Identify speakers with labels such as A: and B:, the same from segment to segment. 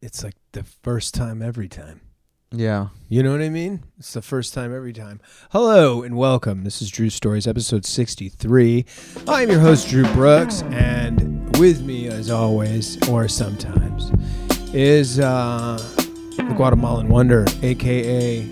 A: it's like the first time every time.
B: Yeah.
A: You know what I mean? It's the first time every time. Hello and welcome. This is Drew Stories, episode 63. I'm your host, Drew Brooks, and with me, as always, or sometimes, is uh, the Guatemalan Wonder, aka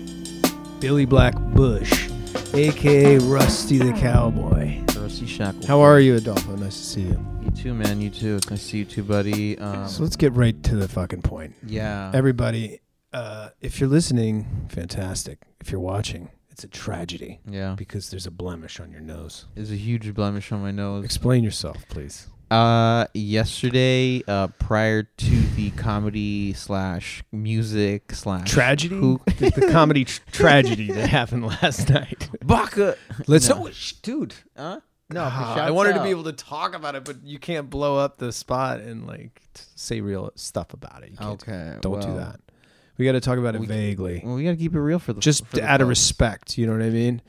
A: Billy Black Bush, aka Rusty the Cowboy.
B: Rusty Shackle.
A: How are you, Adolfo? Nice to see you.
B: You too, man. You too. It's nice to see you too, buddy. Um,
A: So let's get right to the fucking point.
B: yeah.
A: Everybody, uh, if you're listening, fantastic. If you're watching, it's a tragedy.
B: yeah.
A: because there's a blemish on your nose.
B: There's a huge blemish on my nose.
A: Explain yourself, please.
B: Uh, yesterday, uh, prior to the comedy slash music slash
A: Tragedy?
B: Who-
A: the, the comedy tr- tragedy that happened last night.
B: Baka.
A: Let's
B: No.
A: Oh, sh- dude.
B: Huh?
A: Ah,
B: shouts
A: I wanted to
B: out.
A: be able to talk about it, but you can't blow up the spot and like t- say real stuff about it. You can't-
B: Okay.
A: Don't do
B: well,
A: that. We got to talk about it
B: we-
A: vaguely,
B: Well, we gotta keep it real for the
A: just
B: for the
A: out of
B: folks.
A: respect. You know what I mean?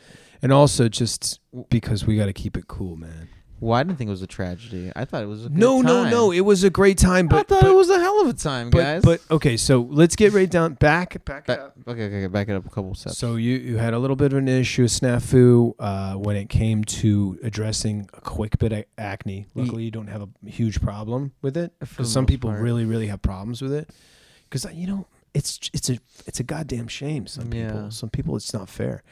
A: And also just because we got to keep it cool, man.
B: Well, I didn't think it was a tragedy. I thought it was a good
A: No, no,
B: time.
A: no. It was a great time,
B: I
A: but
B: thought
A: but,
B: it was a hell of a time,
A: but,
B: guys.
A: but okay. So let's get right down back back
B: Back-
A: up.
B: okay, okay, okay, back it up a couple steps.
A: So you, you had a little bit of an issue, a snafu, uh, when it came to addressing a quick bit of acne. Luckily, you don't have a huge problem with it
B: For the
A: because some
B: most
A: people
B: part.
A: really, really have problems with it. Because you know, it's it's a it's a goddamn shame. Some
B: Yeah.
A: people, some people, it's not fair.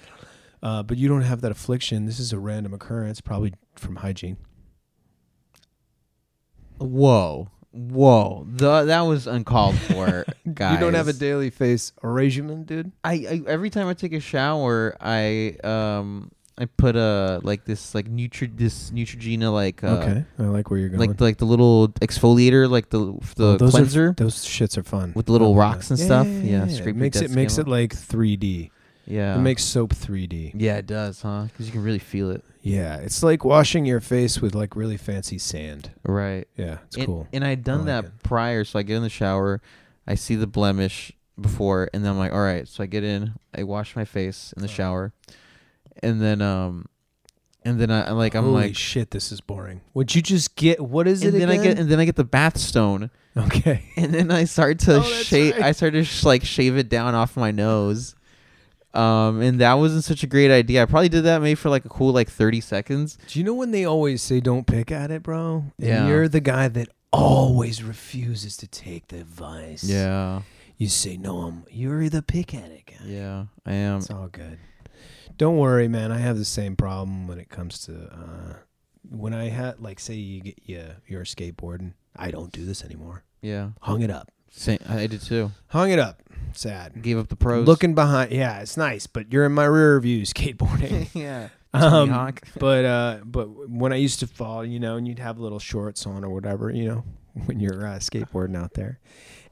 A: Uh, but you don't have that affliction. This is a random occurrence, probably from hygiene.
B: Whoa. Whoa. The, that was uncalled for, guys.
A: You don't have a daily face regimen, dude.
B: I, I every time I take a shower, I um I put a like this like Nutri this Neutrogena like uh,
A: okay, I like where you're going.
B: like like the little exfoliator like the the
A: Oh, those are-
B: cleanser
A: those shits are fun
B: with the little
A: I love
B: rocks
A: that.
B: and stuff. Yeah,
A: it
B: scrape your
A: makes
B: dead
A: it makes
B: skin
A: it like 3D.
B: yeah
A: It makes soap 3D.
B: yeah it does huh because you can really feel it
A: Yeah, it's like washing your face with like really fancy sand.
B: right
A: Yeah, it's
B: and,
A: cool.
B: and I'd done
A: like
B: that
A: it.
B: prior, so I get in the shower, I see the blemish before, and then I'm like, all right. So I get in, I wash my face in the shower, and then um, and then I, I'm like, I'm
A: Holy
B: like,
A: shit, this is boring. Would you just get what is
B: and
A: it
B: then I get,
A: again?
B: and then I get the bath stone,
A: okay.
B: and then I start to
A: Oh, that's
B: shave,
A: right.
B: I start to sh- like shave it down off my nose. Um, and that wasn't such a great idea. I probably did that maybe for like a cool like 30 seconds.
A: Do you know when they always say don't pick at it, bro? And
B: Yeah.
A: you're the guy that always refuses to take the advice.
B: Yeah.
A: You say no, I'm you're the pick at it guy.
B: Yeah, I am.
A: It's all good. Don't worry, man. I have the same problem when it comes to uh, when I had like say you get yeah you're skateboarding. I don't do this anymore.
B: Yeah.
A: Hung it up.
B: Same, I did too.
A: Hung it up. Sad.
B: Gave up the pros.
A: Looking behind. Yeah, it's nice, but you're in my rear view skateboarding.
B: yeah. Tony
A: um,
B: Hawk.
A: but uh, but when I used to fall, you know, and you'd have little shorts on or whatever, you know, when you're uh, skateboarding out there,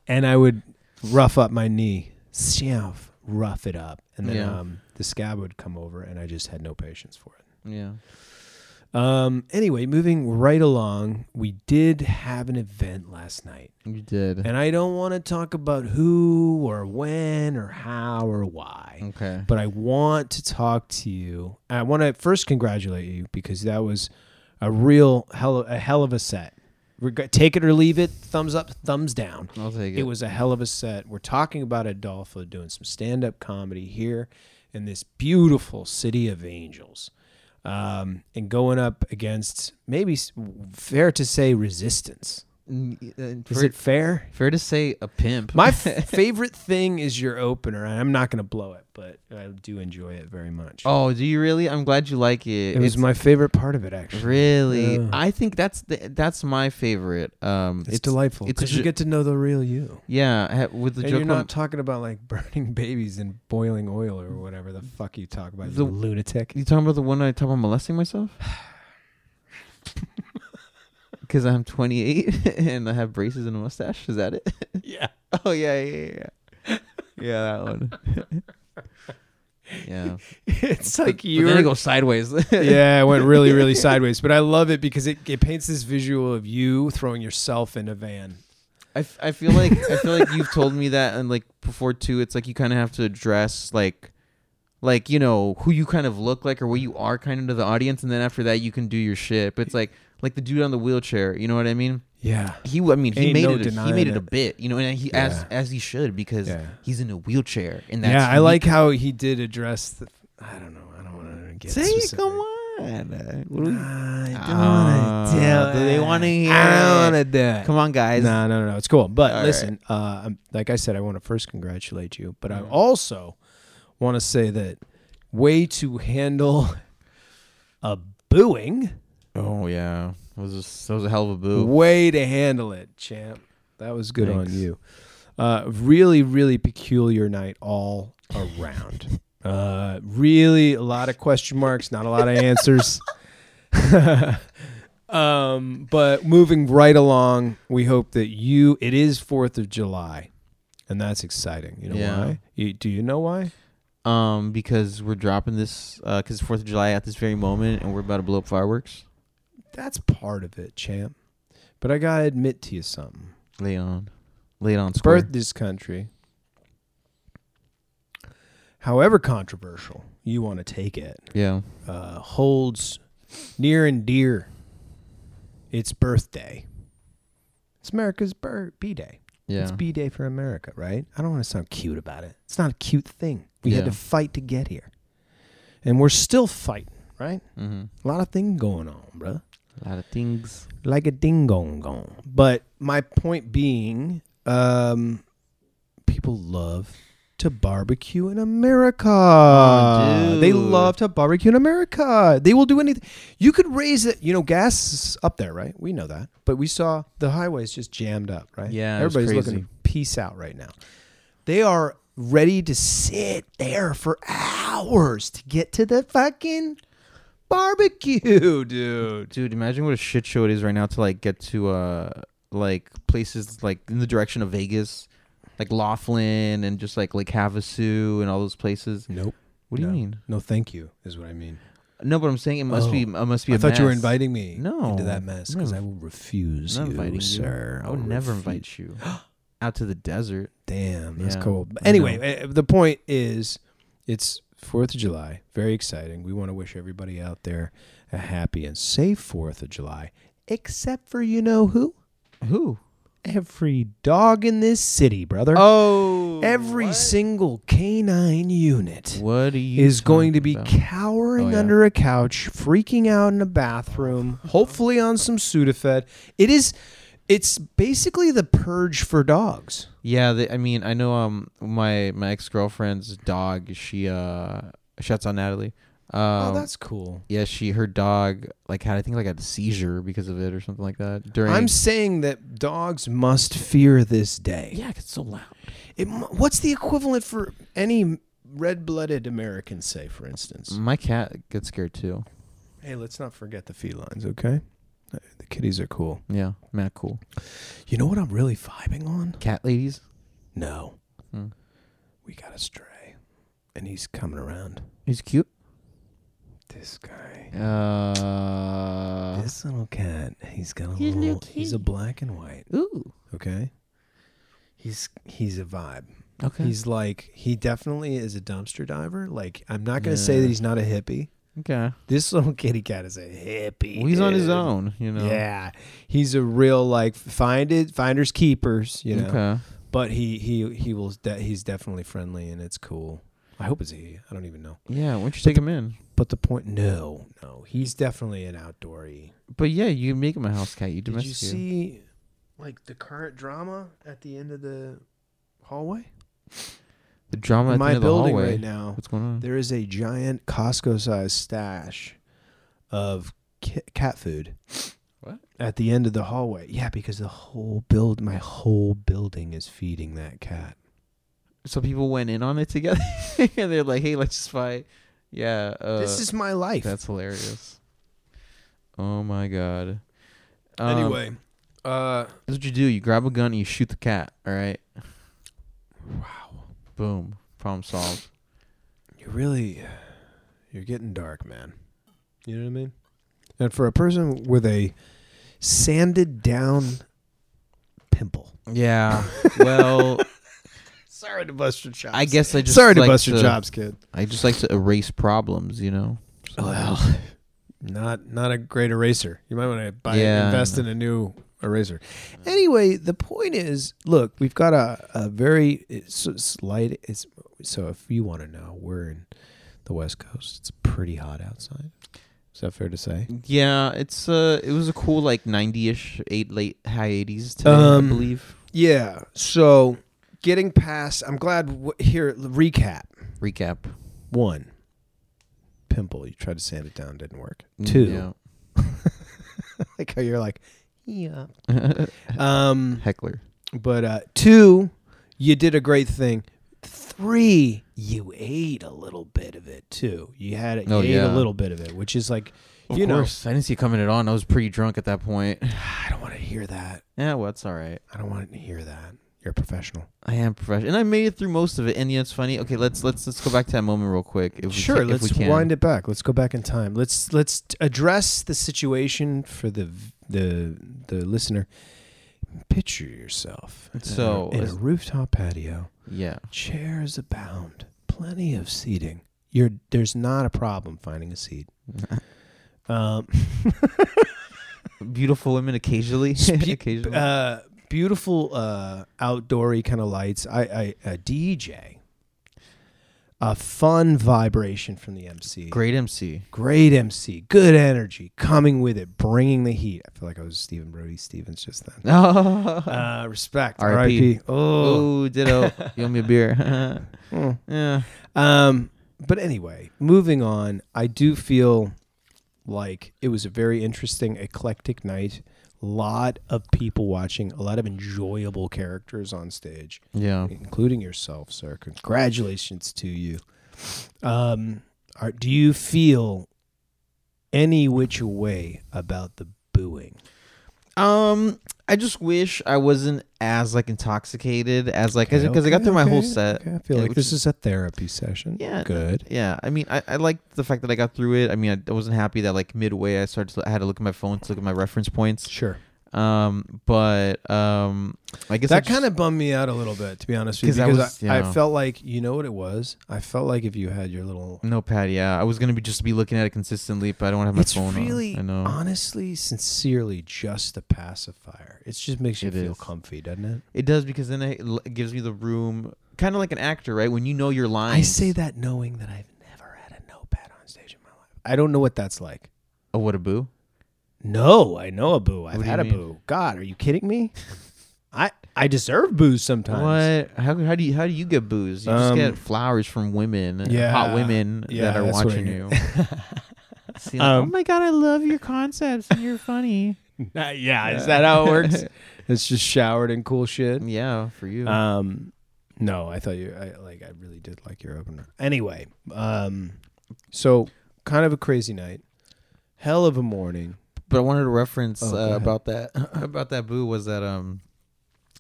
A: and I would rough up my knee, shelf, rough it up, and then
B: Yeah.
A: um, the scab would come over, and I just had no patience for it.
B: Yeah.
A: Um, anyway, moving right along, we did have an event last night,
B: You did.
A: and I don't want to talk about who or when or how or why
B: Okay.
A: but I want to talk to you. I want to first congratulate you because that was a real hell a hell of a set. Reg- Take it or leave it, thumbs up, thumbs down.
B: I'll take it.
A: It was a hell of a set. We're talking about Adolfo doing some stand up comedy here in this beautiful city of angels um, and going up against maybe s- fair to say resistance.
B: N- uh,
A: Is
B: fair,
A: it fair?
B: fair to say a pimp.
A: My f- favorite thing is your opener, and I'm not going to blow it, but I do enjoy it very much.
B: oh, do you really? I'm glad you like it.
A: It was
B: It's
A: my favorite part of it, actually.
B: really.
A: Yeah.
B: I think that's the, that's my favorite. Um,
A: It's, delightful
B: it's a
A: because you
B: ju-
A: get to know the real you,
B: Yeah, I ha- with the
A: and
B: joke.
A: you're not talking about like burning babies and boiling oil or whatever the fuck you talk about.
B: The-
A: you lunatic.
B: you talking about the one I talk about molesting myself? Because I'm 28 and I have braces and a mustache. Is that it?
A: Yeah.
B: Oh yeah, yeah, yeah, yeah. yeah, that one. yeah.
A: It's
B: But-
A: like
B: but then
A: you.
B: it goes sideways.
A: yeah, it went really, really sideways, but I love it because it, it paints this visual of you throwing yourself in a van.
B: I, f- I feel like I feel like you've told me that and like before too. It's like you kind of have to address like, like you know who you kind of look like or what you are kind of to the audience, and then after that you can do your shit. But it's like like the dude on the wheelchair. You know what I mean?
A: Yeah.
B: He, I mean, he
A: Ain't
B: made
A: no
B: it. A, he
A: denying
B: made it,
A: it.
B: a bit, you know, and he as
A: Yeah.
B: as he should because
A: Yeah.
B: he's in a wheelchair, and that's
A: yeah, I like how he did address the. I don't know. I don't want to get.
B: Say,
A: specific.
B: come on, What do we-
A: I don't
B: Ah,
A: wanna do
B: do they
A: it.
B: wanna hear
A: I
B: it?
A: don't want to do it.
B: come on, guys.
A: No, no, no, no. It's cool. But
B: All
A: listen, uh, I'm, like I said, I want to first congratulate you, but I
B: Mhm.
A: also want to say that way to handle a booing,
B: Oh yeah, it was just, that was a hell of a boo.
A: way to handle it, champ. That was good
B: Thanks.
A: on you. Uh, really, really peculiar night all around. uh, really, a lot of question marks, not a lot of answers. um, but moving right along, we hope that you. It is Fourth of July, and that's exciting. You know
B: Yeah.
A: why? You, do you know why?
B: Um, because we're dropping this because Fourth of July at this very moment, and we're about to blow up fireworks.
A: That's part of it, champ. But I gotta admit to you something.
B: Lay it on, lay it on. Square.
A: birth this country, however controversial you want to take it,
B: Yeah.
A: uh, holds near and dear its birthday. It's America's bir- B Day.
B: Yeah.
A: It's B Day for America, right? I don't want to sound cute about it. It's not a cute thing. We had
B: Yeah.
A: to fight to get here. And we're still fighting, right?
B: mm-hmm.
A: A lot of things going on, bruh
B: A lot of things.
A: like a ding dong gong. But my point being, um, people love to barbecue in America.
B: Oh,
A: they
B: dude.
A: love to barbecue in America. They will do anything. You could raise it. You know, gas is up there, right? We know that. But we saw the highways just jammed up, right?
B: Yeah, it was
A: everybody's
B: crazy.
A: looking to peace out right now. They are ready to sit there for hours to get to the fucking barbecue, dude.
B: Dude, imagine what a shit show it is right now to like get to uh like places like in the direction of Vegas, like Laughlin and just like Lake Havasu and all those places.
A: Nope.
B: What do
A: No.
B: you mean?
A: No, thank you is what I mean.
B: No, but I'm saying it must
A: Oh.
B: be. It must be.
A: I
B: a
A: thought you were
B: mess.
A: inviting me
B: No,
A: into that mess
B: no.
A: because I will refuse
B: I'm not
A: you,
B: inviting you.
A: sir.
B: I would
A: will
B: never
A: refu-
B: invite you out to the desert.
A: Damn, that's
B: Yeah,
A: cool. But
B: I
A: anyway, uh, the point is, it's Fourth of July. Very exciting. We want to wish everybody out there a happy and safe Fourth of July, except for you know who?
B: Who?
A: Every dog in this city, brother.
B: Oh,
A: Every
B: what?
A: single canine unit.
B: What are you
A: is going to
B: talking
A: be
B: about?
A: cowering
B: Oh, yeah.
A: under a couch, freaking out in a bathroom, hopefully on some Sudafed. It is it's basically the purge for dogs.
B: Yeah, they, I mean, I know um my my ex girlfriend's dog. She uh shuts on Natalie. Um,
A: oh, that's cool.
B: yeah, she her dog like had I think like had a seizure because of it or something like that during.
A: I'm saying that dogs must fear this day.
B: yeah, 'cause it's so loud.
A: It mu- what's the equivalent for any red-blooded American say for instance?
B: My cat gets scared too.
A: Hey, let's not forget the felines, okay? Uh, The kitties are cool.
B: Yeah, Matt, cool
A: You know what I'm really vibing on?
B: cat ladies.
A: No.
B: Hmm.
A: We got a stray and he's coming around.
B: He's cute.
A: This guy.
B: Uh,
A: This little cat, he's got a
B: He's a
A: little.
B: little
A: He's a
B: kitty.
A: black and white.
B: ooh,
A: Okay. He's he's a vibe.
B: okay,
A: He's like he definitely is a dumpster diver. Like I'm not gonna say
B: Yeah.
A: that he's not a hippie.
B: okay.
A: This little kitty cat is a hippie.
B: Well, he's on his
A: dude.
B: own, you know.
A: Yeah, he's a real like find it finders keepers. You know.
B: Okay.
A: But he he he will. De- he's definitely friendly and it's cool. I hope it's a he. I don't even know.
B: Yeah, why don't you take him in?
A: But the point, no, no, he's definitely an outdoory.
B: But yeah, you make him a house cat. You
A: Did you
B: domesticate. him.
A: see like the current drama at the end of the hallway?
B: the drama
A: In
B: at the
A: my
B: end of the
A: building
B: hallway?
A: right now,
B: What's going on?
A: there is a giant Costco-sized stash of ki- cat food.
B: What?
A: At the end of the hallway. Yeah, because the whole build my whole building is feeding that cat.
B: So people went in on it together, and they're like, "Hey, let's just fight." Yeah. Uh,
A: this is my life.
B: that's hilarious. Oh my god. Um,
A: Anyway, uh
B: that's what you do. You grab a gun and you shoot the cat. All right.
A: wow.
B: Boom. Problem solved.
A: You're really you're getting dark, man. You know what I mean? And for a person with a sanded down pimple.
B: Yeah. Well,
A: Sorry to bust your chops.
B: I guess I just
A: Sorry to
B: like
A: bust your chops, kid.
B: I just like to erase problems, you know. So-
A: Well, not not a great eraser. You might want to buy
B: Yeah.
A: invest in a new a razor. Anyway, the point is, look, we've got a, a very it's a slight. It's so if you want to know, we're in the West Coast. It's pretty hot outside. Is that fair to say?
B: Yeah, it's uh, it was a cool like ninety-ish, eight late high eighties today,
A: Um,
B: I believe.
A: Yeah. So getting past, I'm glad. W- here, recap
B: Recap.
A: one. Pimple. You tried to sand it down, didn't work. Two. Like how you're like, yeah.
B: Yeah.
A: Um.
B: Heckler.
A: But uh, two, you did a great thing. Three, you ate a little bit of it too. You had it. You
B: Oh,
A: ate
B: yeah.
A: a little bit of it, which is like,
B: Of
A: you
B: course, I didn't see it coming at on. I was pretty drunk at that point.
A: know, I don't want to hear that.
B: Yeah, well, it's all right.
A: I don't want to hear that. You're a professional.
B: I am professional, and I made it through most of it. And yeah, it's funny. Okay, let's let's let's go back to that moment real quick. If
A: sure,
B: we ca-
A: let's
B: if we can.
A: wind it back. Let's go back in time. Let's let's t- address the situation for the v- the the listener. Picture yourself in a-
B: So,
A: in a
B: is-
A: rooftop patio.
B: Yeah,
A: Chairs abound, plenty of seating. You're there's not a problem finding a seat. um,
B: beautiful women occasionally.
A: Spe-
B: occasionally.
A: uh, beautiful uh, outdoory kind of lights. I, I a DJ, a fun vibration from the MC.
B: Great MC.
A: Great MC, good energy, coming with it, bringing the heat. I feel like I was Stephen Brody Stevens just then.
B: oh,
A: Uh, respect.
B: R.I.P..
A: R.I.P. Oh.
B: oh, ditto. you owe me a beer.
A: Mm.
B: yeah.
A: Um, but anyway, moving on, I do feel like it was a very interesting, eclectic night. lot of people watching, a lot of enjoyable characters on stage,
B: Yeah.
A: including yourself, sir. Congratulations to you. Um, are, do you feel any which way about the booing?
B: Um, I just wish I wasn't as like intoxicated as like because I got through my whole set.
A: Okay, I feel
B: Yeah,
A: like
B: which
A: this is a therapy session.
B: Yeah.
A: Good.
B: Yeah, I mean, I, I liked the fact that I got through it. I mean, I, I wasn't happy that like midway I started to, I had to look at my phone to look at my reference points.
A: Sure.
B: Um, but um, I guess I
A: that
B: just-
A: kind of bummed me out a little bit, to be honest with you,
B: 'Cause I
A: because
B: was-
A: I,
B: yeah.
A: I felt like you know what it was. I felt like if you had your little,
B: notepad. Yeah, I was gonna be just be looking at it consistently, but I don't have my
A: it's
B: phone. on.
A: really,
B: I know.
A: honestly, sincerely, just a pacifier. It just makes you
B: It
A: feel
B: is.
A: comfy, doesn't it?
B: It does because then it l- gives me the room, kind of like an actor, right? When you know your lines.
A: I say that knowing that I've never had a notepad on stage in my life. I don't know what that's like.
B: Oh, what a boo!
A: No, I know a boo.
B: What
A: I've
B: do you
A: had a
B: mean?
A: boo. God, are you kidding me? I I deserve boos sometimes.
B: What? How, how do you how do you get booze? You just
A: Um,
B: get flowers from women,
A: yeah.
B: hot women
A: Yeah,
B: that are
A: that's what
B: watching
A: I-
B: you. See, like, oh
A: Um,
B: my god, I love your concepts and you're funny.
A: Uh, yeah, is that how it works? it's just showered in cool shit.
B: Yeah, for you.
A: Um, no, I thought you. I like. I really did like your opener. Anyway, um, so kind of a crazy night, hell of a morning.
B: but I wanted to reference
A: Oh, go
B: uh,
A: ahead.
B: about that about that boo was that um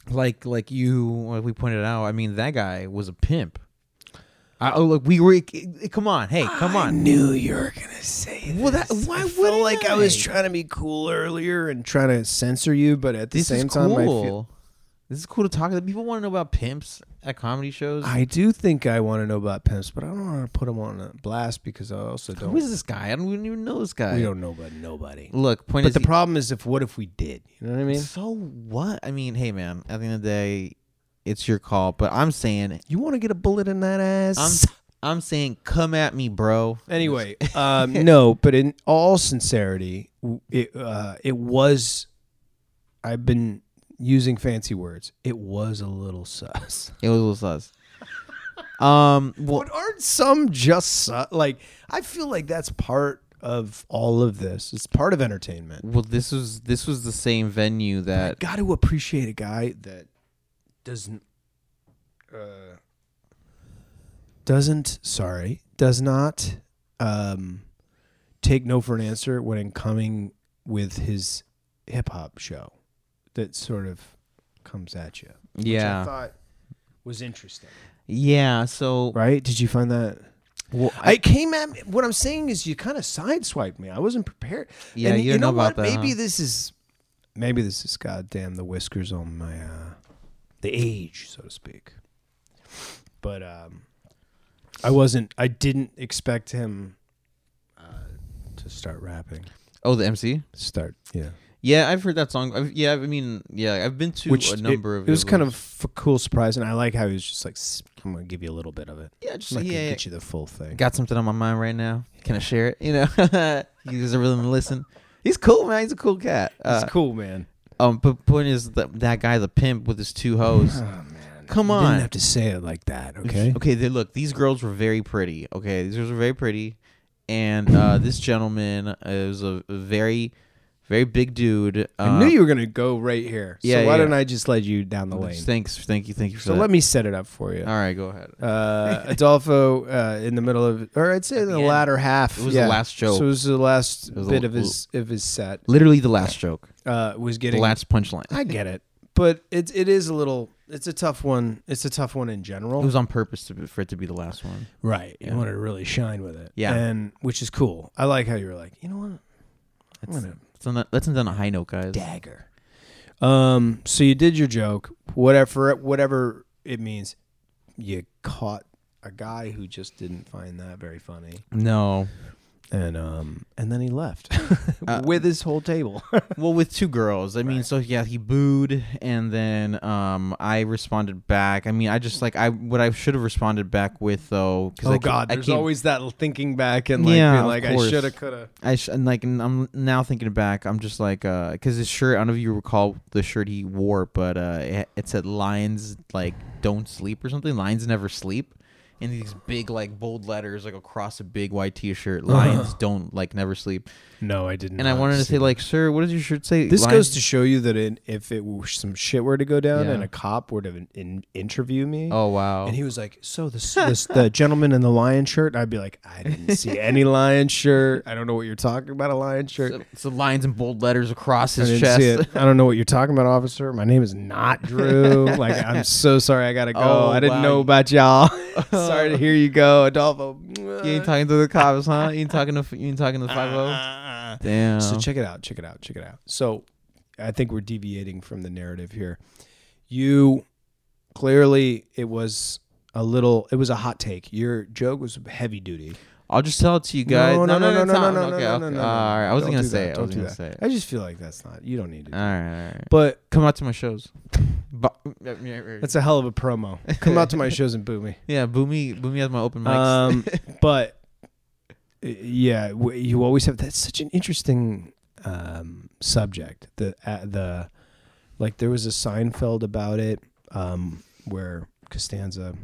B: like like you like we pointed out. I mean, that guy was a pimp. I, oh look, we were. Come on, hey, come on.
A: knew you were gonna say
B: Well, that- why
A: I felt
B: wouldn't
A: like I was
B: I?
A: trying to be cool earlier and trying to censor you, but at the
B: this
A: same
B: is
A: time,
B: cool.
A: I feel.
B: This is cool to talk. to People want to know about pimps at comedy shows.
A: I do think I want to know about pimps, but I don't want to put them on a blast because I also don't.
B: Who is this guy? I don't even know this guy.
A: we don't know about nobody.
B: Look, point
A: But
B: is,
A: the problem is, if what if we did? You know what I mean?
B: so what? I mean, hey man, at the end of the day, it's your call. But I'm saying,
A: You want to get a bullet in that ass?
B: I'm I'm saying, come at me, bro.
A: Anyway, um, no, but in all sincerity, w- it uh, it was. I've been using fancy words. It was a little sus.
B: it was a little sus. Um, well,
A: But aren't some just su- like? I feel like that's part of all of this. It's part of entertainment.
B: well, this was this was the same venue that
A: Got to appreciate a guy that doesn't. Uh, doesn't sorry does not um, take no for an answer when coming with his hip hop show that sort of comes at you. which I
B: yeah
A: thought was interesting.
B: yeah. So
A: Right? Did you find that?
B: well,
A: I it came at me, what I'm saying is you kind of sideswiped me. I wasn't prepared.
B: Yeah,
A: And
B: you didn't know about uh,
A: what?
B: that,
A: Maybe
B: huh?
A: this is maybe this is goddamn the whiskers on my uh the age, so to speak. But um I wasn't I didn't expect him uh, to start rapping.
B: oh the MC.
A: Start yeah.
B: Yeah, I've heard that song. I've, yeah, I mean, yeah, I've been to
A: Which
B: a
A: it-
B: number
A: it,
B: of.
A: was kind
B: Iblas.
A: of a cool surprise, and I like how he was just like, "S- "I'm gonna give you a little bit of it.
B: yeah, just
A: I'm not
B: yeah,
A: gonna
B: yeah.
A: get you the full thing."
B: Got something on my mind right now. Can I share it? You know, you guys are really gonna listen. He's cool, man. He's a cool cat. Uh,
A: it's cool, man.
B: Um, but point is that that guy, the pimp with his two hoes.
A: Oh, man.
B: Come
A: You
B: on.
A: didn't have to say it like that, okay?
B: Okay. They, look, these girls were very pretty. Okay, these girls were very pretty, and uh, this gentleman uh, was a a very, very big dude. Uh,
A: I knew you were gonna go right here. So
B: yeah,
A: why
B: yeah.
A: don't I just lead you down the lane?
B: Thanks, thank you, thank you for
A: So
B: that.
A: let me set it up for you.
B: All right, go ahead.
A: Uh, Adolfo uh, in the middle of, or I'd say
B: At
A: in the
B: the end.
A: latter half.
B: It was
A: Ah, yeah.
B: the last joke.
A: So it was the last
B: It was a
A: bit
B: l-
A: of his of his set.
B: Literally the last joke.
A: Uh, was
B: The
A: getting.
B: last punchline.
A: I get it, but it it is a little. It's a tough one. It's a tough one in general.
B: It was on purpose to be, for it to be the last one.
A: right. You
B: Yeah.
A: wanted to really shine with it.
B: Yeah.
A: And which is cool. I like how you were like, you know what? I'm
B: That's-
A: gonna
B: Let's end on- let's end on a high note, guys.
A: dagger. Um. So you did your joke, whatever whatever it means. You caught a guy who just didn't find that very funny.
B: No.
A: and um and then he left
B: Uh,
A: with his whole table.
B: well, with two girls. I mean, so yeah, he booed, and then um, I responded back. I mean, I just like I what I should have responded back with though. Cause I
A: oh
B: can't-
A: God,
B: I
A: there's
B: can't-
A: always that thinking back and like
B: Yeah,
A: being
B: of
A: like I
B: course.
A: shoulda, coulda.
B: I sh- and like and I'm now thinking back. I'm just like uh, because his shirt. I don't know if you recall the shirt he wore, but uh, it, it said "Lions like don't sleep" or something. Lions never sleep. And these big like bold letters like across a big white T-shirt.
A: Uh-huh.
B: Lions don't like never sleep.
A: No, I didn't.
B: And I wanted to say like, sir, what does your shirt say?
A: this
B: Lions-
A: goes to show you that it, if it were some shit were to go down
B: Yeah.
A: and a cop were to in, in, interview me.
B: Oh wow.
A: And he was like, "So this, this the gentleman in the lion shirt." I'd be like, "I didn't see any lion shirt. I don't know what you're talking about. A lion shirt.
B: So, so lines in bold letters across
A: I
B: his
A: didn't
B: chest.
A: see it. I don't know what you're talking about, officer. My name is not Drew. like, I'm so sorry. I gotta go.
B: Oh,
A: I didn't
B: wow.
A: know about y'all. sorry to hear you go, Adolfo.
B: You ain't talking to the cops, huh? You ain't talking to you ain't talking
A: Uh-huh.
B: to the five oh. zero. Damn.
A: So check it out. Check it out. Check it out. So, I think we're deviating from the narrative here. You clearly it was a little. It was a hot take. Your joke was heavy duty.
B: I'll just tell it to you guys.
A: no, no, no, no, no,
B: it's
A: no,
B: not-
A: no, no,
B: okay,
A: no,
B: okay.
A: no, no.
B: All right, I wasn't
A: Don't
B: gonna
A: do
B: say
A: that.
B: it. I
A: Don't
B: wasn't
A: do
B: gonna
A: that.
B: say Uh, it.
A: I just feel like that's not. You don't need to.
B: All
A: Do
B: right, all right.
A: But
B: Come out to my shows. Bu- yeah, yeah, yeah.
A: that's a hell of a promo. Come out to my shows and boo me.
B: yeah, boo me, boo me at my open mics.
A: Um, but uh, yeah, w- you always have that's such an interesting um, subject. The uh, the like there was a Seinfeld about it um, where Costanza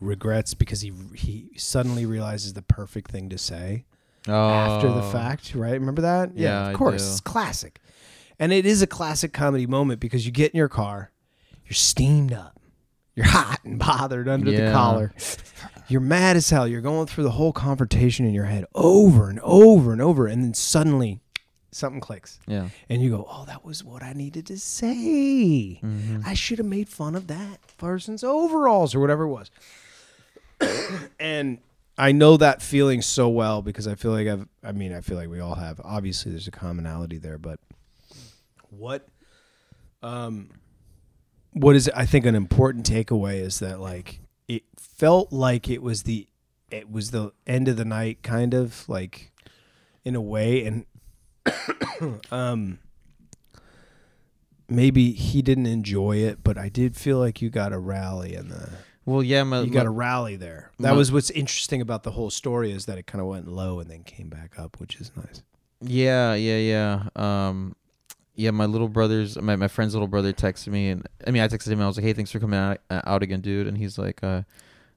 A: regrets because he he suddenly realizes the perfect thing to say after the
B: Oh.
A: fact, right? Remember that?
B: Yeah,
A: of
B: I
A: course.
B: do.
A: It's classic. And it is a classic comedy moment because you get in your car, you're steamed up, you're hot and bothered under the
B: Yeah.
A: collar. You're mad as hell. You're going through the whole confrontation in your head over and over and over. And then suddenly something clicks.
B: Yeah.
A: And you go, oh, that was what I needed to say. I should have made fun of that person's overalls or whatever it was. and I know that feeling so well because I feel like I've, I mean, I feel like we all have. Obviously, there's a commonality there, but what, um, what is, I think, an important takeaway is that, like, it felt like it was the, it was the end of the night, kind of like, in a way, and um maybe he didn't enjoy it but i did feel like you got a rally in the
B: Well, yeah, my,
A: you
B: my-
A: got a rally there that
B: my-
A: was what's interesting about the whole story is that it kind of went low and then came back up which is nice
B: Yeah, yeah, yeah. Um, yeah, my little brother's, my, my friend's little brother texted me, and I mean, I texted him. And I was like, "Hey, thanks for coming out, uh, out again, dude." And he's like, uh,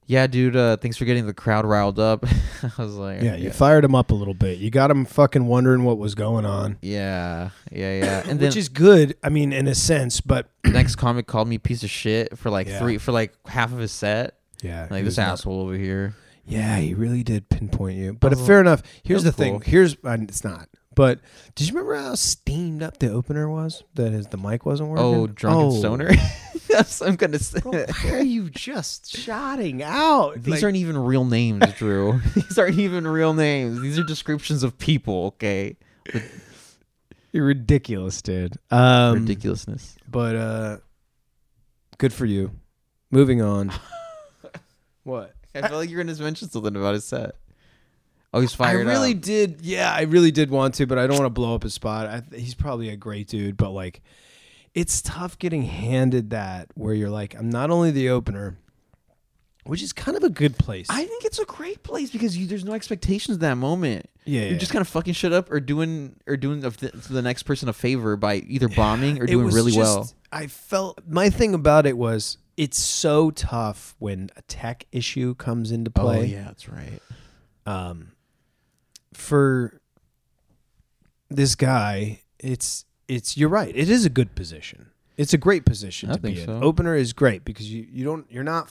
B: "Yeah, dude, uh, thanks for getting the crowd riled up." I was like,
A: yeah you fired him up a little bit you got him fucking wondering what was going on
B: yeah, yeah, yeah." And then
A: which is good i mean in a sense but
B: the next comic called me a piece of shit for like
A: Yeah.
B: three for like half of his set.
A: yeah he
B: Like
A: was
B: this
A: not-
B: asshole over here.
A: yeah he really did pinpoint you but
B: Oh, That was
A: fair enough here's the
B: was
A: thing
B: cool.
A: here's uh, it's not but did you remember how steamed up the opener was that is the mic wasn't working
B: Oh, drunken
A: Oh.
B: stoner. That's I'm gonna say.
A: Bro, why are you just shouting out?
B: These
A: Like,
B: aren't even real names, Drew. These aren't even real names. These are descriptions of people. Okay,
A: you're ridiculous, dude. Um,
B: ridiculousness.
A: But uh, good for you. Moving on. what?
B: I feel like you're gonna mention something about his set. Oh, he's
A: I
B: fired
A: really
B: up.
A: did. Yeah, I really did want to, but I don't want to blow up his spot. I, th- he's probably a great dude, but like, it's tough getting handed that where you're like, I'm not only the opener, which is kind of a good place.
B: I think it's a great place because you, there's no expectations at that moment.
A: Yeah,
B: you're
A: yeah.
B: just kind of fucking shit up or doing or doing the, the next person a favor by either bombing or
A: It
B: doing
A: was
B: really
A: just-
B: well.
A: I felt my thing about it was it's so tough when a tech issue comes into
B: Oh,
A: play.
B: that's right.
A: um, for this guy, it's it's you're right. It is a good position. It's a great position
B: I
A: to be
B: think
A: in.
B: so.
A: Opener is great because you you don't you're not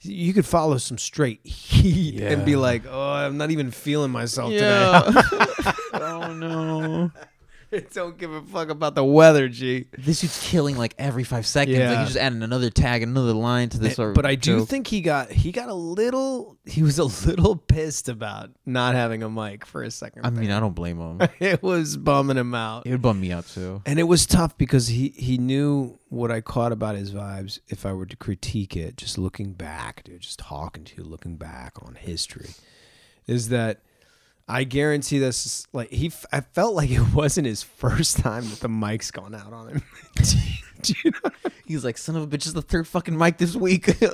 A: you could follow some straight heat and be
B: Yeah.
A: like, oh, I'm not even feeling myself today.
B: oh no.
A: I don't give a fuck about the weather, G.
B: This dude's killing like every five seconds. Like
A: Yeah.
B: you just adding another tag, another line to this. sort of
A: But I do
B: joke.
A: think he got he got a little he was a little pissed about not having a mic for a second.
B: I
A: there.
B: mean, I don't blame him. it
A: it was bumming him out.
B: would bum me out too.
A: And it was tough because he he knew what I caught about his vibes. If I were to critique it, just looking back, dude, just talking to you, looking back on history, is that I guarantee this. is- Like he, f- I felt like it wasn't his first time that the mic's gone out on him. Do you know?
B: He's like, son of a bitch, this is the third fucking mic this week.
A: And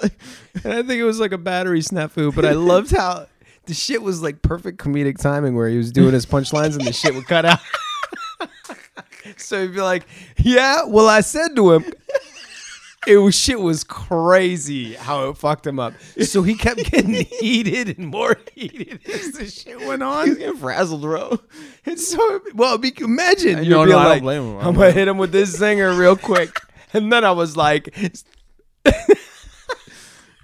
A: I think it was like a battery snafu, but I loved how the shit was like perfect comedic timing where he was doing his punchlines and the shit would cut out. so he'd be like, Yeah, well, I said to him, it was shit was crazy how it fucked him up. So he kept getting heated and more heated as the shit went
B: He's
A: on.
B: getting frazzled, bro.
A: And so, well, be, imagine
B: And
A: you'd
B: no,
A: be
B: no, I don't
A: like,
B: blame him. I don't
A: I'm
B: blame
A: gonna hit him with this zinger real quick. And then I was like,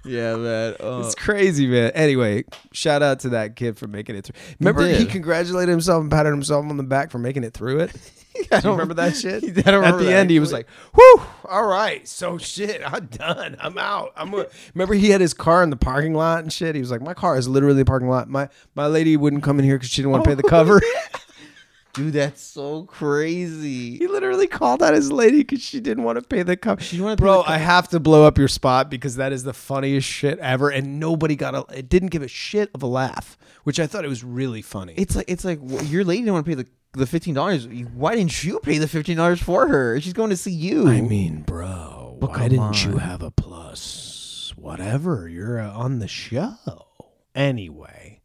B: Yeah, man. Uh,
A: It's crazy, man. Anyway, shout out to that kid for making it through. Remember, he,
B: did.
A: congratulated himself and patted himself on the back for making it through it. Do you remember that shit?
B: I don't
A: At
B: remember
A: the
B: that,
A: end, he was
B: actually.
A: like, "Whew, all right, so shit, I'm done. I'm out. I'm." Gonna... Remember, he had his car in the parking lot and shit. He was like, "My car is literally a parking lot. My my lady wouldn't come in here because she didn't want to pay the cover."
B: dude, that's so crazy.
A: he literally called out his lady because she didn't want to pay the cover.
B: didn't wanna pay
A: Bro,
B: the
A: I have to blow up your spot because that is the funniest shit ever, and nobody got a. It didn't give a shit of a laugh, which I thought it was really funny.
B: It's like it's like wh- your lady didn't want to pay the the fifteen dollars. Why didn't you pay the fifteen dollars for her? She's going to see you.
A: I mean, bro, why
B: come
A: didn't you have a plus? Whatever, you're uh, on the show. Anyway,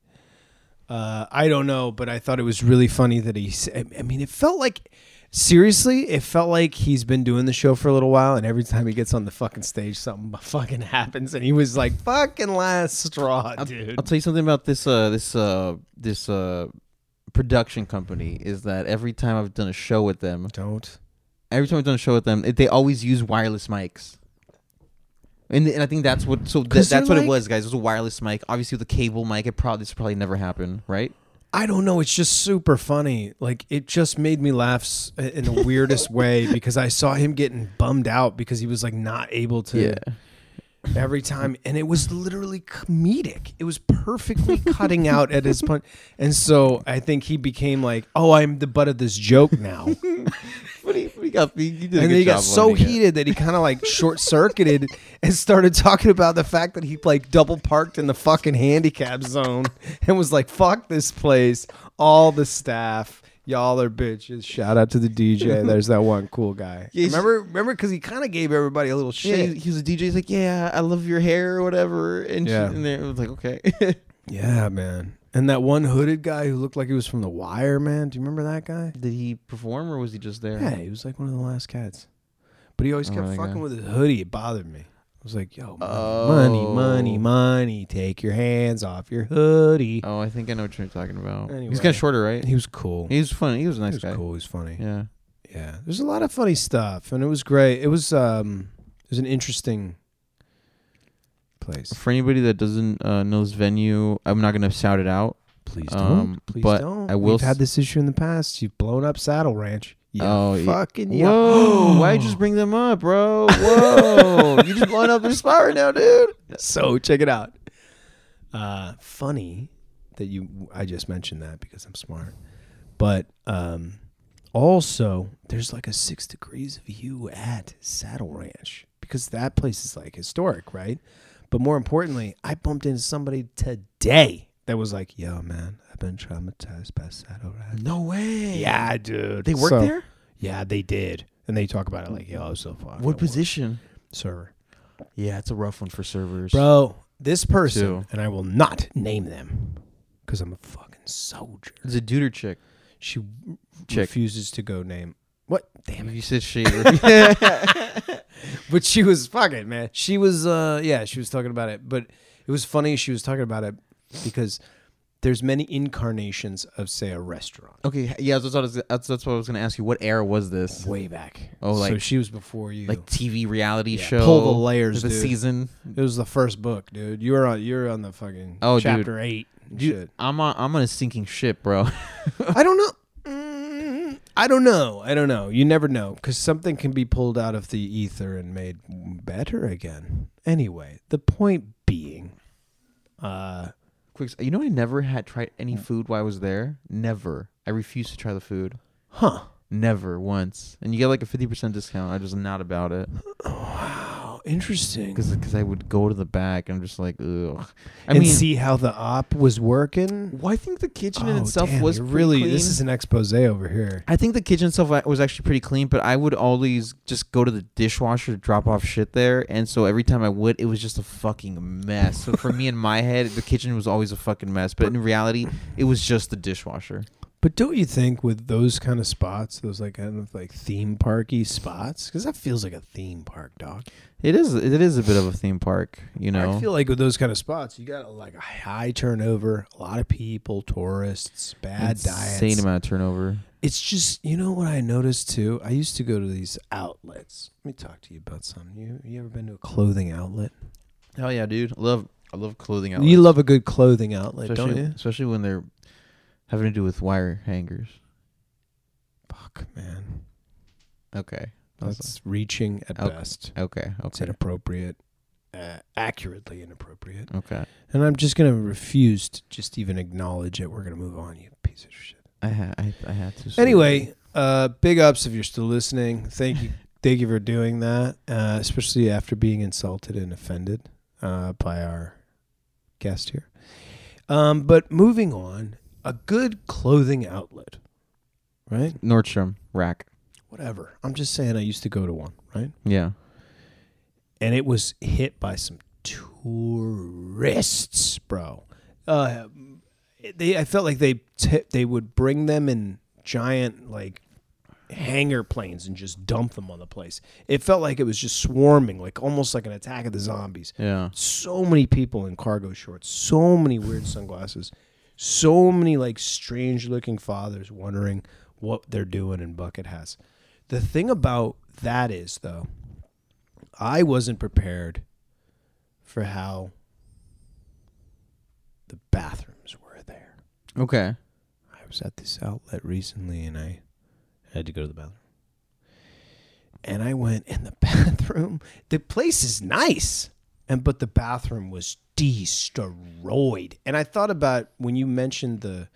A: uh, I don't know, but I thought it was really funny that he. s- I I mean, it felt like. Seriously, it felt like he's been doing the show for a little while, and every time he gets on the fucking stage, something fucking happens, and he was like, "Fucking last straw, dude."
B: I'll tell you something about this uh this uh this uh production company is that every time I've done a show with them,
A: Don't.
B: every time I've done a show with them, it, they always use wireless mics. And, and I think that's what so th-
A: 'Cause they're
B: that's what
A: like-
B: it was, guys. It was a wireless mic. Obviously, with a cable mic, it probably this probably never happened, right?
A: I don't know. It's just super funny. Like it just made me laugh s- in the weirdest way because I saw him getting bummed out because he was like not able to every time, and it was literally comedic. It was perfectly cutting out at his punch, and so I think he became like, "Oh, I'm the butt of this joke now."
B: But he, but he got he, he did a
A: and
B: good
A: then he
B: job
A: got so
B: learning it.
A: heated that he kind of like short circuited and started talking about the fact that he like double parked in the fucking handicap zone and was like, "Fuck this place, all the staff, y'all are bitches." Shout out to the DJ. There's that one cool guy.
B: Yes.
A: Remember, remember, because he kind of gave everybody a little
B: Yeah,
A: shit.
B: he, he was a DJ. He's like, yeah, I love your hair or whatever. And,
A: Yeah.
B: she, and then it was like, okay.
A: yeah, man. And that one hooded guy who looked like he was from The Wire, man. Do you remember that guy?
B: Did he perform or was he just there?
A: Yeah, he was like one of the last cats. But he always
B: Oh,
A: kept
B: really
A: fucking
B: good.
A: with his hoodie. It bothered me. I was like, yo, money, money,
B: Oh.
A: money, money. Take your hands off your hoodie.
B: Oh, I think I know what you're talking about. He's
A: Anyway.
B: kind of shorter, right?
A: He was cool.
B: He was funny. He was a
A: he
B: nice
A: was
B: guy.
A: cool. He was funny. Yeah.
B: Yeah.
A: There's a lot of funny stuff, and it was great. It was um, it was an interesting place.
B: For anybody that doesn't uh, know this venue, I'm not gonna shout it out.
A: Please don't.
B: Um,
A: Please
B: but
A: don't.
B: I will
A: We've had
B: s-
A: this issue in the past. You've blown up Saddle Ranch. Yeah.
B: Oh, yeah.
A: fucking yeah.
B: Whoa! Why'd you just bring them up, bro? Whoa! you just blowing up their spot right now, dude.
A: so check it out. Uh, funny that you I just mentioned that because I'm smart, but um, also there's like a six degrees of you at Saddle Ranch because that place is like historic, right? But more importantly, I bumped into somebody today that was like, "Yo, man, I I've been traumatized by saddle rides.
B: No way.
A: Yeah, dude.
B: They work
A: So-
B: there?
A: Yeah, they did. And they talk about it like, yo, I was so far.
B: What position?
A: Server.
B: Yeah, it's a rough one for servers.
A: Bro, this person,
B: Two.
A: and I will not name them because I'm a fucking soldier.
B: It's a dude or chick.
A: She
B: Chick.
A: refuses to go name. What? Damn it.
B: You said she.
A: But she was, fuck it, man. She was, uh, yeah, she was talking about it. But it was funny she was talking about it because there's many incarnations of, say, a restaurant.
B: okay, yeah, that's what, I was, that's, that's what I was gonna ask you. What era was this?
A: Way back.
B: Oh,
A: so
B: like-
A: she was before you.
B: Like TV reality
A: Yeah,
B: show.
A: pull the layers,
B: The
A: dude.
B: season.
A: it was the first book, dude. You were on. You're on the fucking
B: Oh, dude.
A: chapter eight. and
B: Dude,
A: shit.
B: I'm on. I'm on a sinking ship, bro.
A: I don't know. Mm, I don't know. I don't know. You never know because something can be pulled out of the ether and made better again. Anyway, the point being, uh,
B: Quick, you know, I never had tried
A: Mm.
B: any food while I was there. Never. I refused to try the food.
A: huh?
B: Never once. And you get like a fifty percent discount. I just not about it
A: Wow, interesting.
B: because I would go to the back. and I'm just like ugh. I
A: and
B: mean,
A: see how the op was working.
B: well, I think the kitchen in
A: Oh,
B: itself
A: damn,
B: was
A: you're
B: pretty
A: really.
B: Clean.
A: This is an expose over here.
B: I think the kitchen stuff wa- was actually pretty clean, but I would always just go to the dishwasher to drop off shit there, and so every time I would, it was just a fucking mess. So for me in my head, the kitchen was always a fucking mess, but in reality, it was just the dishwasher.
A: But don't you think with those kind of spots, those like kind of like theme parky spots, because that feels like a theme park, dog.
B: It is it is a bit of a theme park, you know.
A: I feel like with those kind of spots, you got like a high turnover, a lot of people, tourists, bad
B: Insane
A: diets.
B: amount of turnover.
A: It's just you know what I noticed too. I used to go to these outlets. Let me talk to you about something. You you ever been to a clothing outlet?
B: Hell yeah, dude. I love I love clothing outlets.
A: You love a good clothing outlet,
B: especially,
A: don't you?
B: especially when they're having to do with wire hangers.
A: Fuck, man.
B: Okay.
A: That's reaching at
B: Okay.
A: best.
B: Okay.
A: It's
B: Okay.
A: inappropriate, uh, accurately inappropriate.
B: Okay.
A: And I'm just gonna refuse to just even acknowledge it. We're gonna move on, you piece of shit.
B: I ha- I I had to.
A: Anyway, uh, big ups if you're still listening. Thank you, thank you for doing that, uh, especially after being insulted and offended uh, by our guest here. Um, but moving on, a good clothing outlet, right?
B: Nordstrom rack.
A: Whatever. I'm just saying, I used to go to one, right?
B: Yeah.
A: and it was hit by some tourists, bro. Uh, they, I felt like they t- they would bring them in giant like hangar planes and just dump them on the place. It felt like it was just swarming, like almost like an attack of the zombies.
B: Yeah.
A: So many people in cargo shorts, so many weird sunglasses, so many like strange looking fathers wondering what they're doing in bucket hats. The thing about that is though, I wasn't prepared for how the bathrooms were there.
B: Okay.
A: I was at this outlet recently and I had to go to the bathroom. And I went in the bathroom. The place is nice. And but the bathroom was destroyed. And I thought about when you mentioned the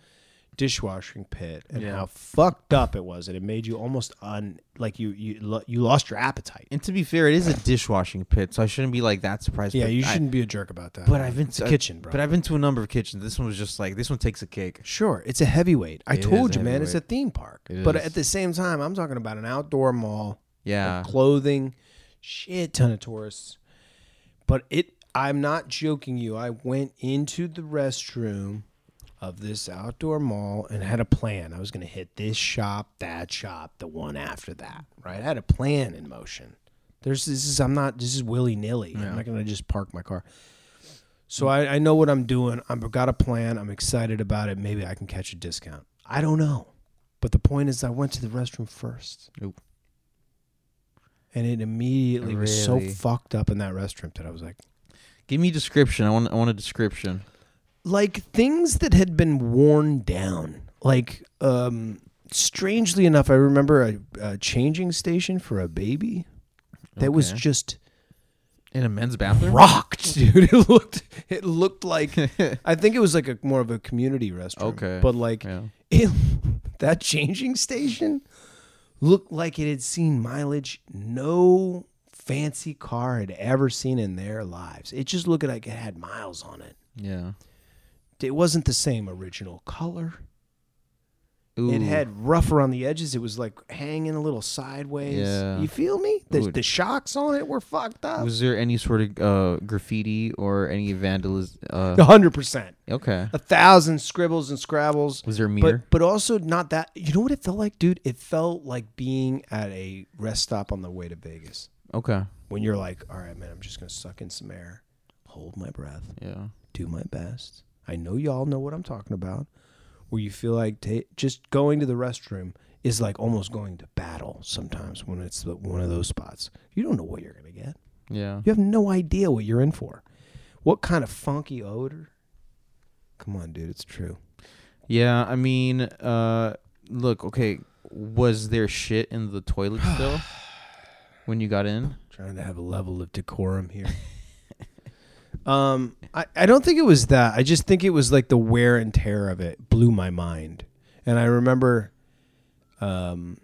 A: dishwashing pit and
B: Yeah.
A: how fucked up it was and it made you almost un like you you lo- you lost your appetite.
B: And to be fair, it is a dishwashing pit, so I shouldn't be like that surprised.
A: Yeah,
B: but
A: you
B: I-
A: shouldn't be a jerk about that.
B: but I've been
A: It's
B: to
A: a kitchen, bro.
B: But I've been to a number of kitchens. This one was just like this one takes a cake.
A: Sure, it's a heavyweight. I
B: It is
A: told
B: a
A: you, man, it's a
B: heavyweight.
A: theme park.
B: It
A: but
B: is.
A: at the same time, I'm talking about an outdoor mall,
B: Yeah.
A: clothing, shit ton of tourists. But it, I'm not joking you. I went into the restroom of this outdoor mall and had a plan. I was going to hit this shop, that shop, the one after that. Right? I had a plan in motion. There's this is I'm not this is willy nilly. I'm not going to just park my car. So I, I know what I'm doing. I've got a plan. I'm excited about it. Maybe I can catch a discount. I don't know. But the point is, I went to the restroom first.
B: Nope.
A: And it immediately was so
B: Really?
A: fucked up in that restroom that I was like,
B: Give me a description. I want I want a description.
A: like things that had been worn down. Like, um, strangely enough, I remember a, a changing station for a baby that was
B: Okay.
A: just
B: in a men's bathroom.
A: rocked, dude. It looked, it looked like I think it was like a more of a community restaurant.
B: Okay.
A: but like
B: Yeah.
A: it, that changing station looked like it had seen mileage no fancy car had ever seen in their lives. It just looked like it had miles on it.
B: Yeah.
A: it wasn't the same original color.
B: Ooh.
A: It had rougher on the edges. It was like hanging a little sideways.
B: Yeah.
A: You feel me? The,
B: Ooh.
A: the shocks on it were fucked up.
B: Was there any sort of uh, graffiti or any vandalism? Uh,
A: A hundred percent.
B: okay.
A: A thousand scribbles and scrabbles.
B: Was there a meter?
A: But but also not that. You know what it felt like, dude? It felt like being at a rest stop on the way to Vegas.
B: okay.
A: When you're like, all right, man, I'm just gonna suck in some air, hold my breath,
B: Yeah.
A: do my best. I know y'all know what I'm talking about. Where you feel like ta just going to the restroom is like almost going to battle sometimes when it's the- one of those spots. You don't know what you're gonna get.
B: Yeah.
A: You have no idea what you're in for. What kind of funky odor? Come on, dude, it's true.
B: Yeah. I mean, uh, look. Okay. Was there shit in the toilet still when you got in?
A: trying to have a level of decorum here. um, I, I don't think it was that. I just think it was like the wear and tear of it blew my mind. And I remember um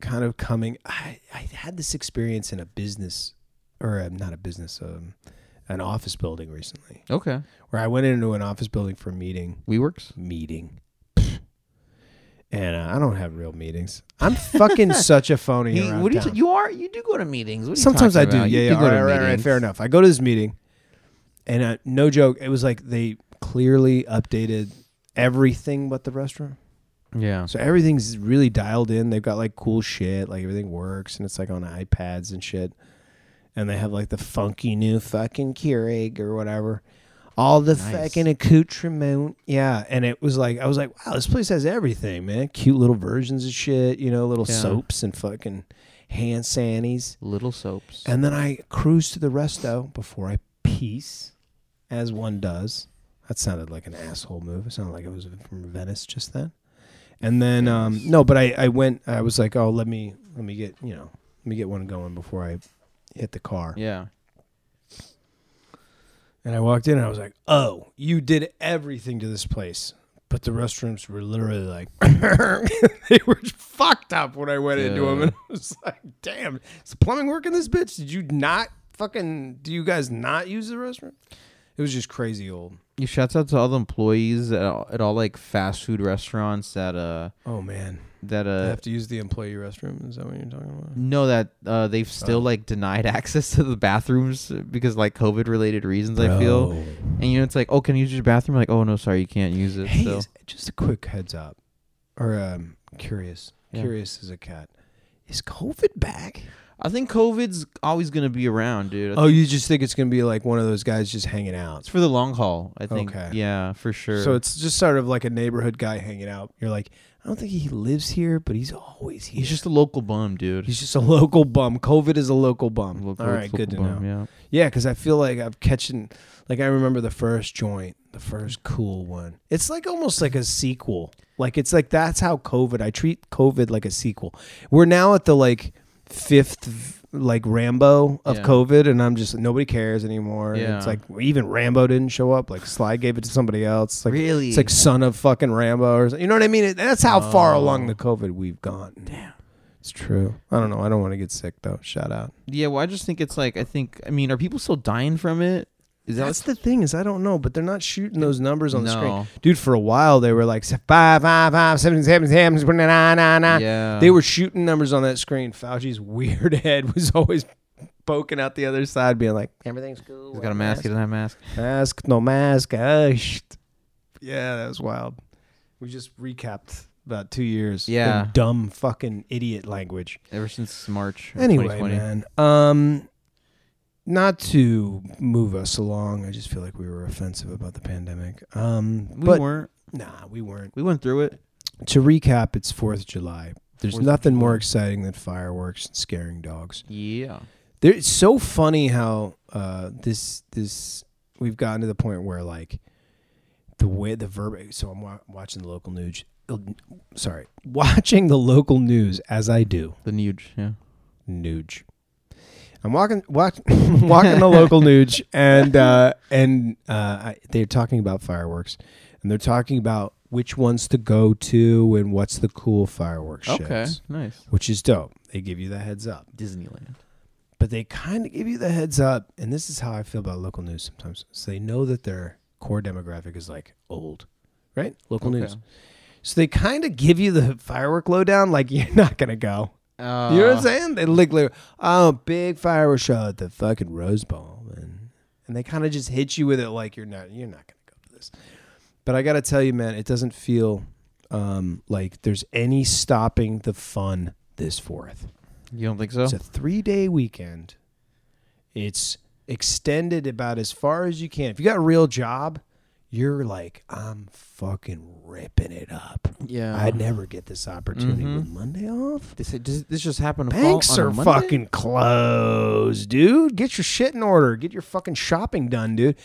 A: kind of coming I, I had this experience in a business or uh, not a business um an office building recently
B: Okay.
A: where I went into an office building for a meeting
B: WeWorks.
A: meeting. And uh, I don't have real meetings. I'm fucking such a phony
B: He-
A: around
B: what do you?
A: town.
B: you are. You do go to meetings. What are you
A: Sometimes I
B: talking
A: do.
B: about?
A: Yeah,
B: You
A: yeah. All
B: go
A: right,
B: to
A: all right, all right,
B: meetings.
A: fair enough. I go to this meeting, and uh, no joke, it was like they clearly updated everything but the restroom.
B: Yeah.
A: So everything's really dialed in. They've got like cool shit, like everything works, and it's like on iPads and shit. And they have like the funky new fucking Keurig or whatever. All the
B: Nice.
A: fucking accoutrement. Yeah. And it was like, I was like, wow, this place has everything, man. Cute little versions of shit, you know, little
B: Yeah.
A: soaps and fucking hand sannies.
B: Little soaps.
A: And then I cruise to the resto before I piece, as one does. That sounded like an asshole move. It sounded like I was from Venice just then. And then um,
B: Venice.
A: no, but I, I went. I was like, oh, let me let me get you know let me get one going before I hit the car.
B: yeah.
A: And I walked in and I was like, oh, you did everything to this place. But the restrooms were literally like, they were fucked up when I went into 'em into them. And I was like, damn, is the plumbing work in this bitch? Did you not fucking, do you guys not use the restroom? It was just crazy old.
B: You shouts out to all the employees at all, at all like fast food restaurants that uh
A: Oh, man.
B: that
A: I
B: uh
A: have to use the employee restroom. Is that what you're talking about?
B: No, that uh, they've still
A: Oh.
B: like denied access to the bathrooms because like COVID related reasons. I feel, and you know, it's like, oh, can you use your bathroom? Like, oh no, sorry, you can't use it.
A: Hey,
B: so
A: is- just a quick heads up. Or um, curious.
B: Yeah.
A: Curious as a cat. Is COVID back?
B: I think COVID's always gonna be around, dude.
A: Oh, you just think it's gonna be like one of those guys just hanging out.
B: It's for the long haul. I think.
A: Okay.
B: Yeah, for sure.
A: So it's just sort of like a neighborhood guy hanging out. You're like, I don't think he lives here, but he's always here.
B: he's just a local bum, dude.
A: he's just a local bum. COVID is a local bum.
B: Local-
A: All right,
B: local
A: good to
B: bum,
A: know.
B: Yeah.
A: Yeah, because I feel like I'm catching. Like I remember the first joint, the first cool one. It's like almost like a sequel. Like it's like that's how COVID. I treat COVID like a sequel. We're now at the like fifth like Rambo of
B: Yeah.
A: COVID, and I'm just nobody cares anymore. And It's
B: Yeah.
A: like even Rambo didn't show up. Like Sly gave it to somebody else. Like
B: really?
A: it's like son of fucking Rambo or something. You know what I mean? It- That's how far
B: Oh.
A: along the COVID we've gone.
B: Damn.
A: It's true. I don't know. I don't want to get sick though. Shout out.
B: yeah. Well, I just think it's like I think. I mean, are people still dying from it? Is that
A: That's the thing is I don't know, but they're not shooting those numbers on the screen.
B: No.
A: Dude, for a while they were like s- five, five, five, seven, seven, seven, seven, nine, nine, nine.
B: yeah.
A: They were shooting numbers on that screen. Fauci's weird head was always poking out the other side, being like, "Everything's cool."
B: He's
A: wear
B: got a mask. He doesn't have a mask.
A: Mask, no mask. Uh, sh- yeah, that was wild. We just recapped about two years. in
B: Yeah.
A: dumb fucking idiot language.
B: Ever since March. of
A: Anyway,
B: 2020.
A: man. Um, not to move us along. I just feel like we were offensive about the pandemic. Um,
B: We
A: but
B: weren't.
A: nah, we weren't.
B: We went through it.
A: To recap, it's Fourth of July. There's
B: 4th of
A: nothing more
B: July.
A: exciting than fireworks and scaring dogs.
B: Yeah.
A: There, it's so funny how uh, this this we've gotten to the point where like the way the verb. So I'm wa- watching the local news. uh, Sorry, watching the local news as I do.
B: The Nuge. Yeah.
A: Nuge. I'm walking walk, walking the local Nuge, and uh, and uh, I, they're talking about fireworks, and they're talking about which ones to go to and what's the cool fireworks.
B: Okay.
A: shows,
B: Nice.
A: which is dope. They give you the heads up
B: Disneyland.
A: but they kind of give you the heads up. And this is how I feel about local news sometimes. So they know that they're core demographic is like old, right? Local
B: Okay.
A: news. So they kind of give you the firework lowdown, like you're not gonna go. You
B: Uh,
A: know what I'm saying? They like, like, oh, big fireworks show at the fucking Rose Bowl, and and they kind of just hit you with it like you're not you're not gonna go to this. But I gotta tell you, man, it doesn't feel um, like there's any stopping the fun this fourth.
B: You don't think so?
A: It's a three day weekend. It's extended about as far as you can. If you got a real job, you're like, I'm fucking ripping it up.
B: Yeah.
A: I'd never get this opportunity with Monday off.
B: This, does this just happened to fall
A: Banks
B: on a
A: are
B: Monday?
A: fucking closed, dude. Get your shit in order. Get your fucking shopping done, dude.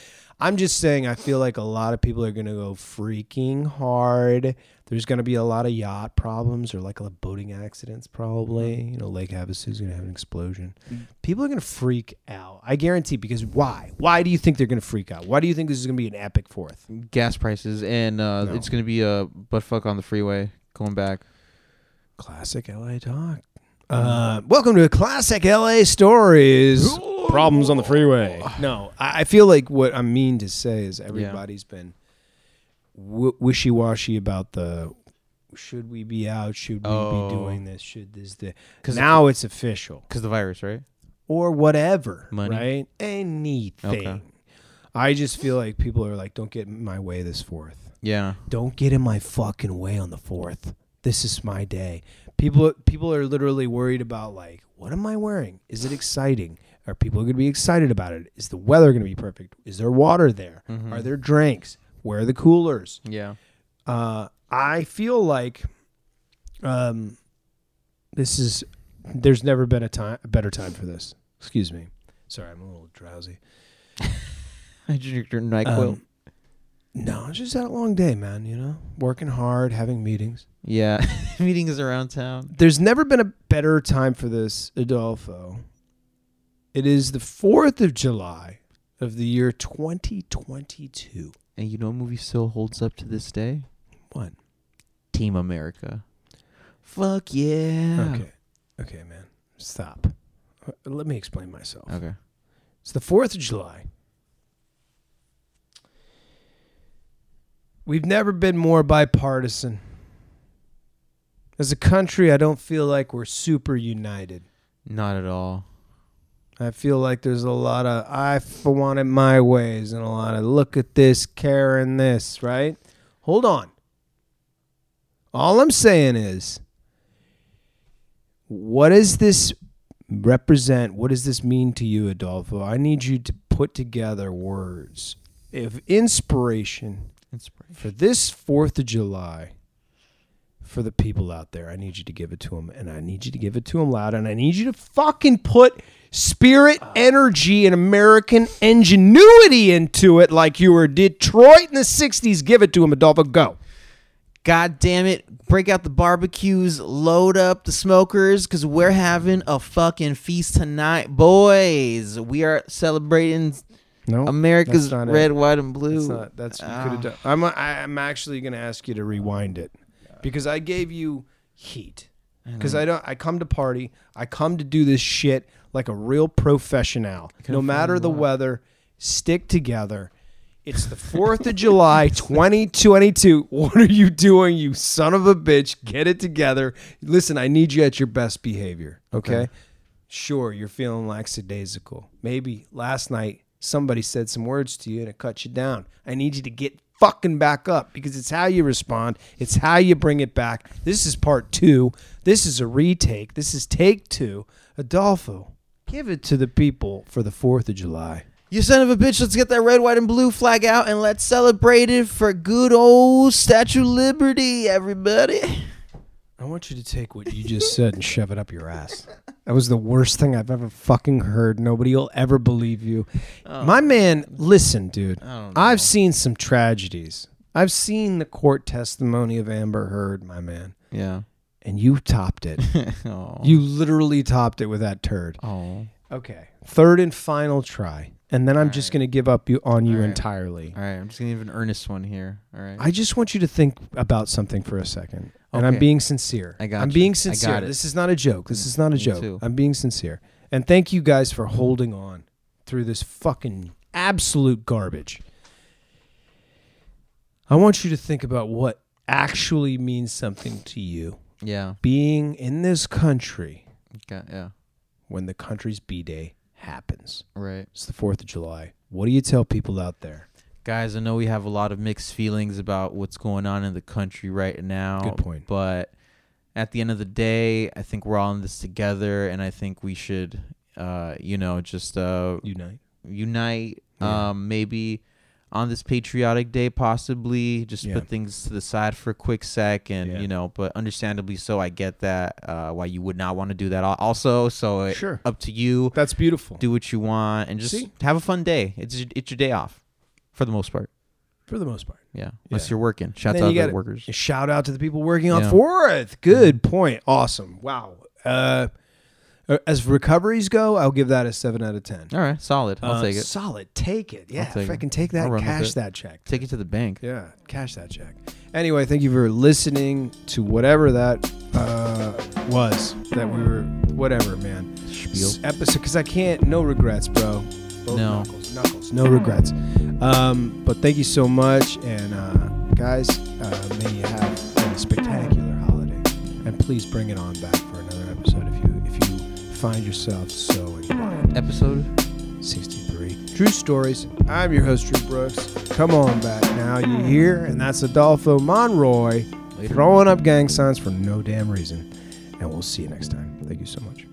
A: I'm just saying, I feel like a lot of people are going to go freaking hard. There's going to be a lot of yacht problems or like a lot of boating accidents, probably.
B: Mm-hmm.
A: You know, Lake Havasu is going to have an explosion.
B: Mm.
A: People are going to freak out. I guarantee because why? Why do you think they're going to freak out? Why do you think this is going to be an epic fourth?
B: gas prices, and uh,
A: No.
B: it's gonna be a butt fuck on the freeway going back.
A: Classic LA talk. Uh, welcome to Classic LA Stories. Problems on the freeway. No, I, I feel like what I mean to say is everybody's been w- wishy washy about the should we be out? Should we
B: Oh.
A: be doing this? Should this? The,
B: 'Cause
A: now it's official
B: Cause the virus, right?
A: or whatever,
B: Money?
A: right? Anything.
B: Okay.
A: I just feel like people are like, don't get in my way this fourth
B: Yeah.
A: don't get in my fucking way on the fourth. This is my day. People people are literally worried about like, what am I wearing? Is it exciting? Are people going to be excited about it? Is the weather going to be perfect? Is there water there?
B: Mm-hmm. Hmm.
A: Are there drinks? Where are the coolers?
B: Yeah.
A: Uh, I feel like um, this is there's never been a time a better time for this. Excuse me. Sorry, I'm a little drowsy.
B: I drink your Nyquil.
A: Um, no, I just had a long day, man. You know, working hard, having meetings.
B: yeah. Meetings around town.
A: There's never been a better time for this, Adolfo. It is the 4th of July of the year 2022.
B: And you know, a movie still holds up to this day.
A: What?
B: Team America. Fuck yeah.
A: Okay. Okay, man. Stop. Uh, Let me explain myself.
B: Okay.
A: It's the 4th of July. We've never been more bipartisan. As a country, I don't feel like we're super united.
B: Not at all.
A: I feel like there's a lot of I f- want it my ways and a lot of look at this, Karen, this, right? Hold on. All I'm saying is, what does this represent? What does this mean to you, Adolfo? I need you to put together words of inspiration
B: Inspiration.
A: for this 4th of July for the people out there. I need you to give it to them and I need you to give it to them loud and I need you to fucking put spirit, energy and American ingenuity into it like you were Detroit in the 60s. Give it to them, Adolfo. Go.
B: God damn it. Break out the barbecues, load up the smokers, because we're having a fucking feast tonight, boys. We are celebrating
A: No.
B: America's
A: Oh, that's not it.
B: red, white, and blue.
A: That's not that's you could have done. I'm I, I'm actually going to ask you to rewind it because I gave you heat. Because I don't I come to party, I come to do this shit like a real professional. No matter the weather, stick together. It's the 4th of July 2022. What are you doing, you son of a bitch? Get it together. Listen, I need you at your best behavior, okay? Sure, you're feeling lackadaisical. Maybe last night somebody said some words to you and it cut you down. I need you to get fucking back up because it's how you respond, it's how you bring it back. This is part two. This is a retake. This is take two. Adolfo, give it to the people for the 4th of July.
B: You son of a bitch, let's get that red, white, and blue flag out and let's celebrate it for good old Statue of Liberty, everybody.
A: I want you to take what you just said and shove it up your ass. That was the worst thing I've ever fucking heard. Nobody will ever believe you. My man, listen, dude.
B: Oh. don't
A: I've seen some tragedies. I've seen the court testimony of Amber Heard, my man.
B: Yeah.
A: And you topped it.
B: oh.
A: you literally topped it with that turd.
B: oh.
A: Okay. Third and final try. And then I'm just going to give up you on you entirely.
B: All right, I'm just going to give an earnest one here. All right.
A: I just want you to think about something for a second. And I'm
B: Okay.
A: being sincere.
B: I got
A: I'm
B: you. I
A: being
B: got
A: sincere.
B: it. Mm,
A: This is not a joke. This is not a joke.
B: too.
A: I'm being sincere. And thank you guys for holding on through this fucking absolute garbage. I want you to think about what actually means something to you.
B: Yeah.
A: Being in this country
B: Okay. Yeah.
A: when the country's B Day happens.
B: Right.
A: It's the 4th of July. What do you tell people out there?
B: Guys, I know we have a lot of mixed feelings about what's going on in the country right now.
A: Good point.
B: But at the end of the day, I think we're all in this together, and I think we should, uh, you know, just uh,
A: Unite.
B: unite.
A: Yeah.
B: Um, maybe on this patriotic day, possibly just
A: Yeah.
B: put things to the side for a quick sec, and
A: Yeah.
B: you know. But understandably, so I get that uh, why you would not want to do that al- also. So it,
A: Sure.
B: up to you.
A: That's beautiful.
B: Do what you want, and just
A: See?
B: have a fun day. It's your- it's your day off, for the most part.
A: for the most part.
B: Yeah, unless
A: Yeah.
B: you're working. Shout
A: then
B: out
A: you
B: to
A: gotta-
B: the workers.
A: Shout out to the people working on
B: Yeah. Mm-hmm.
A: 4th. Good point. Awesome. Wow. Uh, as recoveries go, I'll give that a 7 out of 10.
B: All right, solid. I'll
A: Uh,
B: take it.
A: Solid. Take it. Yeah.
B: take
A: if I
B: it.
A: can take that,
B: I'll run with
A: cash
B: it.
A: that check.
B: Take it to the bank.
A: Yeah, cash that check. Anyway, thank you for listening to whatever that uh, was that we were, whatever, man.
B: Spiel.
A: S- episode, because I can't, no regrets, bro. Both
B: No.
A: Knuckles, knuckles, no regrets. Um, but thank you so much. And uh, guys, uh, may you have a spectacular holiday. And please bring it on back for another episode if you, if you find yourself so inclined.
B: Episode.
A: 63. True Stories. I'm your host, Drew Brooks. Come on back now, you hear? And that's Adolfo Monroy
B: Later.
A: throwing up gang signs for no damn reason. And we'll see you next time. Thank you so much.